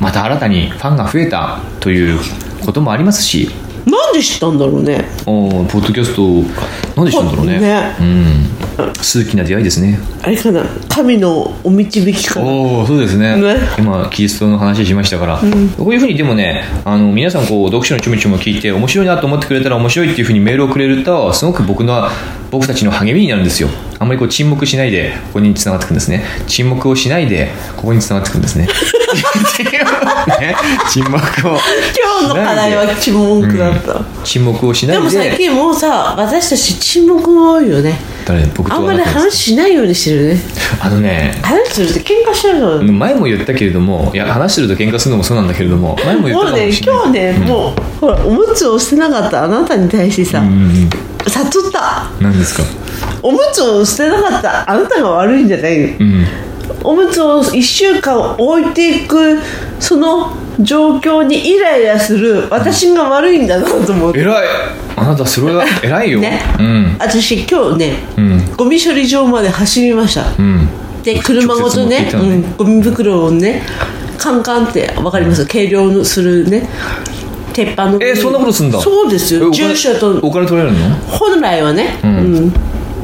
Speaker 1: また新たにファンが増えたということもありますし
Speaker 2: なんで知ったんだろうね
Speaker 1: おーポッドキャストなんでしたんだろうね
Speaker 2: ね
Speaker 1: うん数奇な出会いですね
Speaker 2: あれかな神のお導きかな
Speaker 1: おおそうですね
Speaker 2: ね
Speaker 1: 今キリストの話しましたから、こういうふうにでもねあの皆さんこう読書のちょめちょめを聞いて面白いなと思ってくれたら面白いっていうふうにメールをくれるとすごく僕の僕たちの励みになるんですよあんまりこう沈黙しないでここに繋がってくんですね沈黙をしないでここに繋がってくんですねね沈黙を
Speaker 2: 今日の課題は沈黙だった、
Speaker 1: 沈黙をしな
Speaker 2: で
Speaker 1: い
Speaker 2: も
Speaker 1: で
Speaker 2: 最近もうさ私たち沈黙が多いよね
Speaker 1: 誰僕と
Speaker 2: あんま
Speaker 1: は
Speaker 2: り
Speaker 1: 仲良いです
Speaker 2: 話しないようにしてるね
Speaker 1: あのね
Speaker 2: 話すると喧嘩しちゃうの、
Speaker 1: 前も言ったけれどもいや話してると喧嘩するのもそうなんだけれども前も言っ
Speaker 2: も
Speaker 1: た
Speaker 2: う
Speaker 1: かもしれ
Speaker 2: ね
Speaker 1: ない
Speaker 2: 今日ね、もうほらおむつを捨てなかったあなたに対してさ、悟った
Speaker 1: 何ですか
Speaker 2: おむつを捨てなかったあなたが悪いんじゃない、
Speaker 1: うん
Speaker 2: おむつを1週間置いていくその状況にイライラする私が悪いんだなと思って
Speaker 1: 偉いあなたそ れは偉いよ、
Speaker 2: ね、
Speaker 1: うん
Speaker 2: 私今日ね、
Speaker 1: ん
Speaker 2: ゴミ処理場まで走りました、
Speaker 1: うん
Speaker 2: で車ごとね
Speaker 1: 直接持っていったのね
Speaker 2: うん、ゴミ袋をねカンカンってわかります計量のするね鉄板の
Speaker 1: えそんなことすんだ
Speaker 2: そうです
Speaker 1: えお
Speaker 2: よ
Speaker 1: 金
Speaker 2: 住所と
Speaker 1: お金取られるの
Speaker 2: 本来はね、うん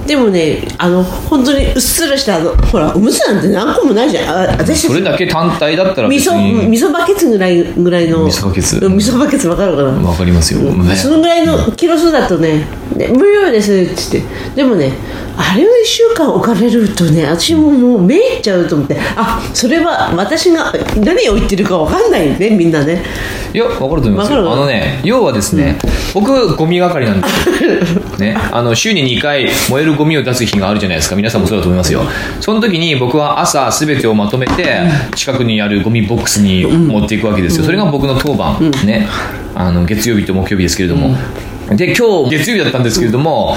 Speaker 2: でもねあの本当にうっすらしたあのほらおむつなんて何個もないじゃんあ私
Speaker 1: そ
Speaker 2: た
Speaker 1: れ
Speaker 2: ち
Speaker 1: だけ単体だったら
Speaker 2: 味
Speaker 1: 別
Speaker 2: 噌
Speaker 1: に
Speaker 2: 味噌バケツぐらいぐらいの
Speaker 1: 味噌バケツ
Speaker 2: うん味噌バケツわかるかな、
Speaker 1: わかりますよ、ね
Speaker 2: そのぐらいのキロ数だとねね無料ですって言ってでもねあれを1週間置かれるとね私ももうめいっちゃうと思ってあそれは私が何を言ってるかわかんないよねみんなね
Speaker 1: いやわかると思います
Speaker 2: わ
Speaker 1: よ
Speaker 2: かる
Speaker 1: あのね要はですね、僕ゴミ係なんですよ ねあの週に2回燃えるゴミを出す日があるじゃないですか皆さんもそうだと思いますよその時に僕は朝全てをまとめて近くにあるゴミボックスに持っていくわけですよ、それが僕の当番、ねあの月曜日と木曜日ですけれども、で今日月曜日だったんですけれども、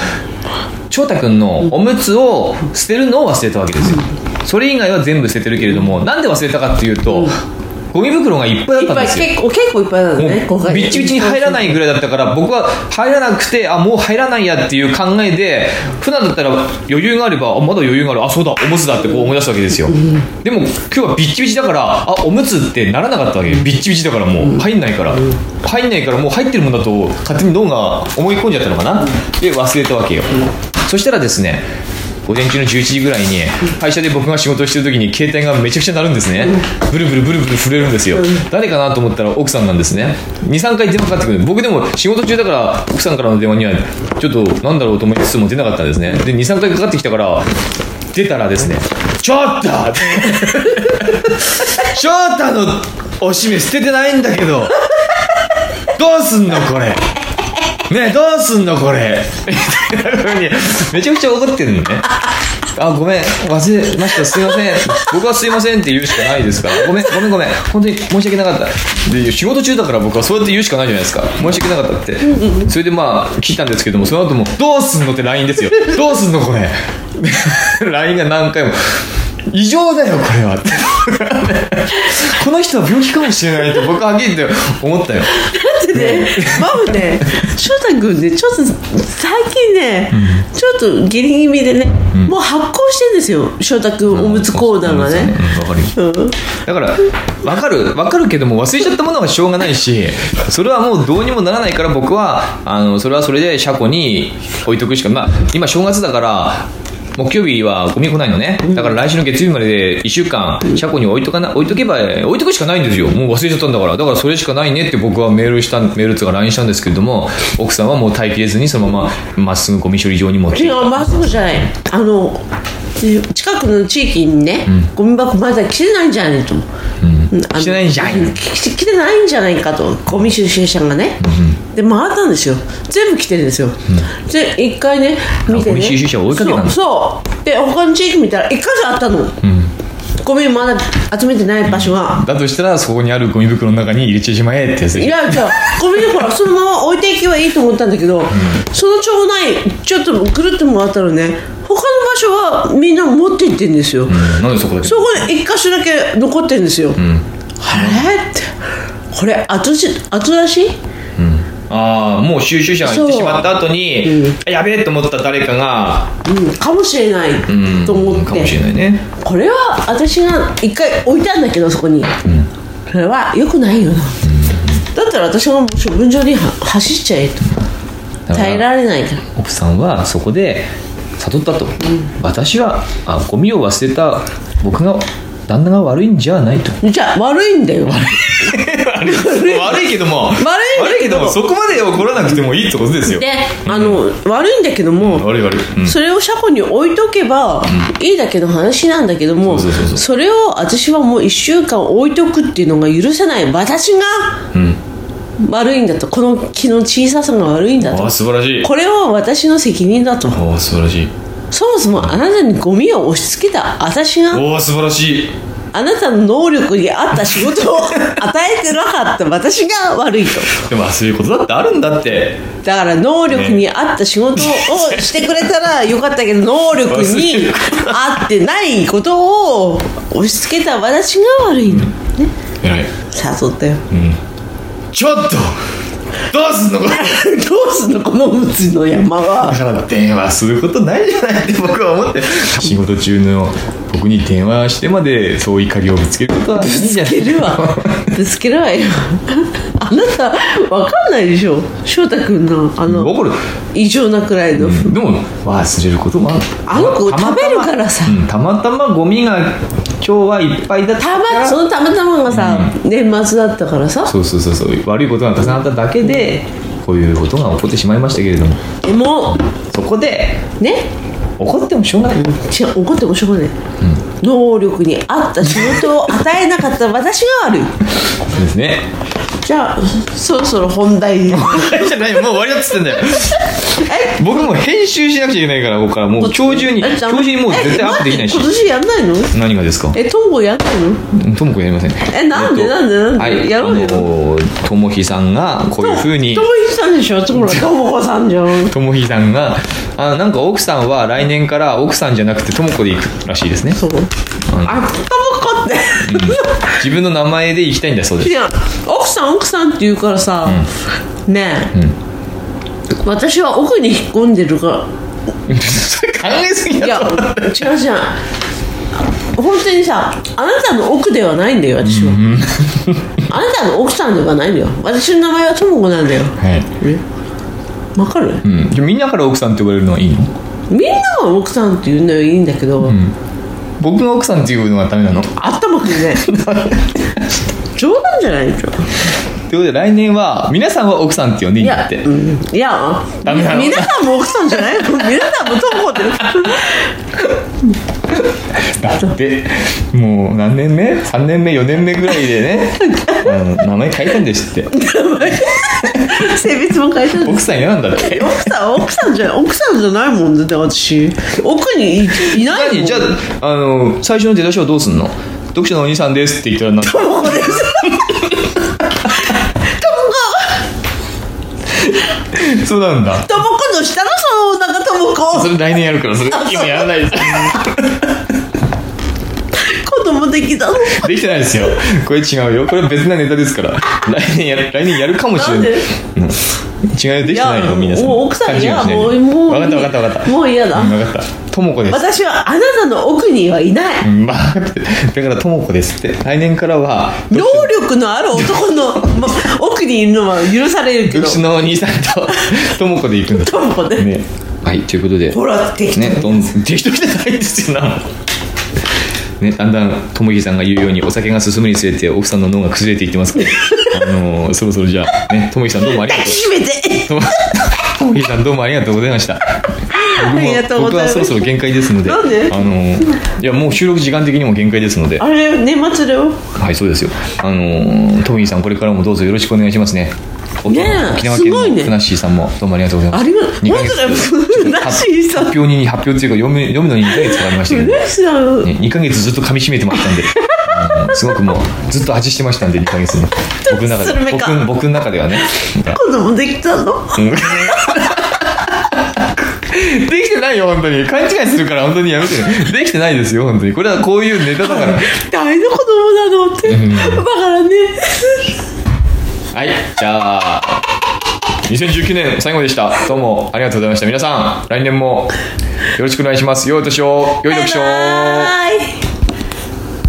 Speaker 1: 翔太君のおむつを捨てるのを忘れたわけですよそれ以外は全部捨ててるけれどもなんで忘れたかっていうと、ゴミ袋がいっぱいあ
Speaker 2: い
Speaker 1: っ
Speaker 2: った
Speaker 1: ん
Speaker 2: ぱ
Speaker 1: で
Speaker 2: い
Speaker 1: すよ
Speaker 2: 結構結構いっぱいなのね
Speaker 1: もうビッチビチに入らないぐらいだったから僕は入らなくてあもう入らないやっていう考えで普段だったら余裕があればあまだ余裕があるあそうだおむつだってこう思い出すわけですよでも今日はビッチビチだからあおむつってならなかったわけビッチビチだからもう入んないから入んないからもう入ってるもんだと勝手に脳が思い込んじゃったのかなで忘れたわけよそしたらですね午前中の11時ぐらいに会社で僕が仕事をしてる時に携帯がめちゃくちゃ鳴るんですねブルブルブルブル震えるんですよ誰かなと思ったら奥さんなんですね23回電話かかってくる僕でも仕事中だから奥さんからの電話にはちょっとなんだろうと思いつつも出なかったんですねで23回かかってきたから出たらですね「ちょっと!」翔太のおしめ捨ててないんだけどどうすんのこれねえどうすんのこれみたいな風に めちゃくちゃ怒ってるのねあごめん忘れましたすいません僕はすいませんって言うしかないですからごめんごめんごめん本当に申し訳なかったで仕事中だから僕はそうやって言うしかないじゃないですか申し訳なかったってそれでまあ聞いたんですけどもその後も「どうすんの?」って LINE ですよ「どうすんのこれ LINE が何回も異常だよこれは ってこの人は病気かもしれないって僕はっきり言って思ったよ
Speaker 2: ってね、マムね、翔太君ね、ちょっと最近ね、ちょっとギリギリでね、もう発行してんですよ、翔太君おむつコーナーが
Speaker 1: う
Speaker 2: ね。
Speaker 1: んわかるよ
Speaker 2: うん
Speaker 1: だから分かる分かるけども忘れちゃったものはしょうがないしそれはもうどうにもならないから僕はあのそれはそれで車庫に置いとくしかまあ今正月だから木曜日はゴミ来ないのねだから来週の月曜日までで1週間車庫に置いとかな置いとけば置いとくしかないんですよもう忘れちゃったんだからだからそれしかないねって僕はメールしたメールつうか LINE したんですけれども奥さんはもう耐えきれずにそのまままっすぐゴミ処理場に持って
Speaker 2: 違う、まっすぐじゃない。あの、で近くの地域にね、ゴミ箱まだ来てないんじゃないと思う。うんあの
Speaker 1: 来てないんじゃない
Speaker 2: うん来て来てないんじゃないかと、ゴミ収集車がね。で、回ったんですよ。全部来てるんですよ。で、一回ね、見て
Speaker 1: ゴ
Speaker 2: ね。
Speaker 1: ミ収集車を追いかけたんだ
Speaker 2: そうそう。で、他の地域見たら、一箇所あったの。ゴミまだ集めてない場所が。
Speaker 1: だとしたらそこにあるゴミ袋の中に入れてしまえってやつで
Speaker 2: い
Speaker 1: しょ
Speaker 2: や、じゃあゴミ袋そのまま置いていけばいいと思ったんだけど、その町内、ちょっとぐるっと回ったらね、他の場所はみんな持って行ってんですよ。
Speaker 1: うんなんでそこだけ
Speaker 2: そこで一箇所だけ残ってんですよ。あれって、これ後じ、後出し
Speaker 1: ああもう収集車が行ってしまった後に、やべえと思った誰かが、
Speaker 2: うん、かもしれないと思
Speaker 1: う
Speaker 2: っ
Speaker 1: んかもしれ
Speaker 2: て。
Speaker 1: ないね
Speaker 2: これは私が一回置いたんだけど、そこに。それは良くないよな。だったら私がもう処分場には走っちゃえと。
Speaker 1: だから
Speaker 2: 耐えられないから。
Speaker 1: 奥さんはそこで悟ったと、私はあゴミを忘れた僕が旦那が悪いんじゃないと
Speaker 2: じゃあ悪いんだよ
Speaker 1: 悪いけども悪
Speaker 2: いんだけど
Speaker 1: いけどもそこまで怒らなくてもいいってことですよ
Speaker 2: で、あの悪いんだけども、
Speaker 1: 悪い悪い、うん
Speaker 2: それを車庫に置いとけばいいだけの話なんだけども、
Speaker 1: そうそうそうそう
Speaker 2: それを私はもう1週間置いとくっていうのが許せない私が
Speaker 1: うん
Speaker 2: 悪いんだとこの気の小ささが悪いんだ
Speaker 1: あ
Speaker 2: と
Speaker 1: あ素晴らしい
Speaker 2: これは私の責任だと
Speaker 1: ああ素晴らしい
Speaker 2: そもそもあなたにゴミを押し付けた私が
Speaker 1: おお素晴らしい
Speaker 2: あなたの能力に合った仕事を与えてなかった私が悪いと
Speaker 1: でもあそういうことだってあるんだって
Speaker 2: だから能力に合った仕事をしてくれたらよかったけど能力に合ってないことを押し付けた私が悪いのね
Speaker 1: 偉い
Speaker 2: 誘ったよ
Speaker 1: ちょっとどうすんのこれ
Speaker 2: どうすんのこのむつの山は
Speaker 1: だから電話することないじゃないって僕は思って仕事中の僕に電話してまでそう怒りをぶつけることはいいんじゃな
Speaker 2: つけるわぶつけるわよあなたわかんないでしょ翔太君のあの
Speaker 1: わかる
Speaker 2: 異常なくらいの、
Speaker 1: いでも忘れることもある
Speaker 2: あの子
Speaker 1: たま
Speaker 2: 食
Speaker 1: たま
Speaker 2: べるからさ
Speaker 1: うんたまたまゴミが今日はいっぱいだった
Speaker 2: た
Speaker 1: から
Speaker 2: まそのたまたまがさ、年末だったからさ
Speaker 1: そうそうそうそう悪いことが重なっただけでこういうことが起こってしまいましたけれども
Speaker 2: でも
Speaker 1: そこで
Speaker 2: ね
Speaker 1: 怒ってもしょうがない
Speaker 2: 違う怒ってもしょうがない、能力に合った仕事を与えなかった私が悪い
Speaker 1: そうですね
Speaker 2: じゃあそろそろ本題に
Speaker 1: じゃないもう終わりだっつってんだよ僕も編集しなくちゃいけないからここからもう今日中に今
Speaker 2: え
Speaker 1: 日中にもう絶対アップできないし
Speaker 2: え待って今年やんないの
Speaker 1: 何がですか
Speaker 2: え東郷やんないの
Speaker 1: ともこやりません
Speaker 2: えなんで
Speaker 1: っと
Speaker 2: なんでなんで
Speaker 1: はい
Speaker 2: やろうよ
Speaker 1: あのーともひさんがこういうふうに
Speaker 2: ともひさんでしょほ らともこさんじゃん
Speaker 1: ともひさんがあなんか奥さんは来年から奥さんじゃなくてともこで行くらしいですね
Speaker 2: そうあともこって
Speaker 1: 自分の名前で行きたいんだそうで
Speaker 2: い
Speaker 1: す
Speaker 2: や奥さん奥さんって言うからさ、ねえ、私は奥に引っ込んでるから
Speaker 1: それ考えすぎ
Speaker 2: い
Speaker 1: だ
Speaker 2: や
Speaker 1: ろ
Speaker 2: 違う違う本当にさあなたの奥ではないんだよ私は、あなたの奥さんではないんだよ私の名前はとも子なんだよ
Speaker 1: はい
Speaker 2: わかる、
Speaker 1: うん、じゃあみんなから奥さんって呼ばれるのはいいの
Speaker 2: みんなが奥さんって言うのはいいんだけど、
Speaker 1: 僕が奥さんっていうのはダメなのってこ
Speaker 2: 頭く んね冗談じゃないでしょ
Speaker 1: とで来年は皆さんは奥さんって呼んでいい
Speaker 2: い
Speaker 1: んだ
Speaker 2: や
Speaker 1: っ、て
Speaker 2: うん、いや
Speaker 1: ダメなの
Speaker 2: 皆さんも奥さんじゃないの皆さんもとも子って
Speaker 1: だってもう何年目 ?3 年目4年目ぐらいでねあの名前変えたんですって
Speaker 2: 性別も変えてる
Speaker 1: 奥さん嫌なんだって
Speaker 2: 奥さん奥さんじゃない奥さんじゃないもんだって私奥にいいないも
Speaker 1: 何
Speaker 2: ん
Speaker 1: じゃああの最初の出だしはどうすんの読者のお兄さんですって言ったらなんか
Speaker 2: もうです。
Speaker 1: そうなんだ
Speaker 2: タバコの下のそのなんかタバコ
Speaker 1: それ来年やるからそれ今やらないです
Speaker 2: 子供できたの
Speaker 1: できてないですよこれ違うよこれ別なネタですから来年や る来年やるかもしれ
Speaker 2: なん
Speaker 1: ない
Speaker 2: で
Speaker 1: うん違うよできてないよ皆さん
Speaker 2: もう奥さん嫌
Speaker 1: 勘違いしないで
Speaker 2: もうもう
Speaker 1: 分かった分かった分かった
Speaker 2: もう嫌だ
Speaker 1: うん分かったともこです
Speaker 2: 私はあなたの奥にはいない
Speaker 1: うんまあだからともこですって来年からは
Speaker 2: 能力のある 男の、ま、奥にいるのは許されるけ
Speaker 1: う
Speaker 2: ど
Speaker 1: ちのお兄さんとともこで行くんだ
Speaker 2: ともこで
Speaker 1: ねはいということで
Speaker 2: ほらできた
Speaker 1: ねどん適当じゃないですよなね、だんだんともひさんが言うようにお酒が進むにつれて奥さんの脳が崩れていってますから あのーそろそろじゃあねともひさんどうもありがとう
Speaker 2: 閉め て
Speaker 1: ともともひさんどうもありがとうございました僕も
Speaker 2: ありがとうご
Speaker 1: 僕
Speaker 2: ざ
Speaker 1: は
Speaker 2: います
Speaker 1: そろそろ限界ですので
Speaker 2: なんで
Speaker 1: あのーいやもう収録時間的にも限界ですので
Speaker 2: あれ年末だよ
Speaker 1: はいそうですよあのートミーさんこれからもどうぞよろしくお願いしますね沖
Speaker 2: ねえ
Speaker 1: 縄沖縄
Speaker 2: すごい
Speaker 1: 県の
Speaker 2: ね
Speaker 1: ふなっしーさんもどうもありがとうございます
Speaker 2: ありがとう
Speaker 1: 二ヶ月
Speaker 2: 本当だふなっしーさん
Speaker 1: 発表に発表っていうか読む読むのに2ヶ月かかりましたけ ど、ね、
Speaker 2: 嬉しいな
Speaker 1: 2ヶ月ずっと噛み締めてましたん であのすごくもうずっと味してましたんで2ヶ月の僕の中
Speaker 2: スル
Speaker 1: で
Speaker 2: メか
Speaker 1: 僕僕の中ではね
Speaker 2: 子供できたの
Speaker 1: うんできてないよ本当に勘違いするから本当にやめてできてないですよ本当にこれはこういうネタだから
Speaker 2: 誰の子供なのって
Speaker 1: ん
Speaker 2: だからね
Speaker 1: はい、じゃあ、2019年最後でした。どうもありがとうございました。皆さん、来年もよろしくお願いします。良いお年を、良い読書を。
Speaker 2: バイバーイ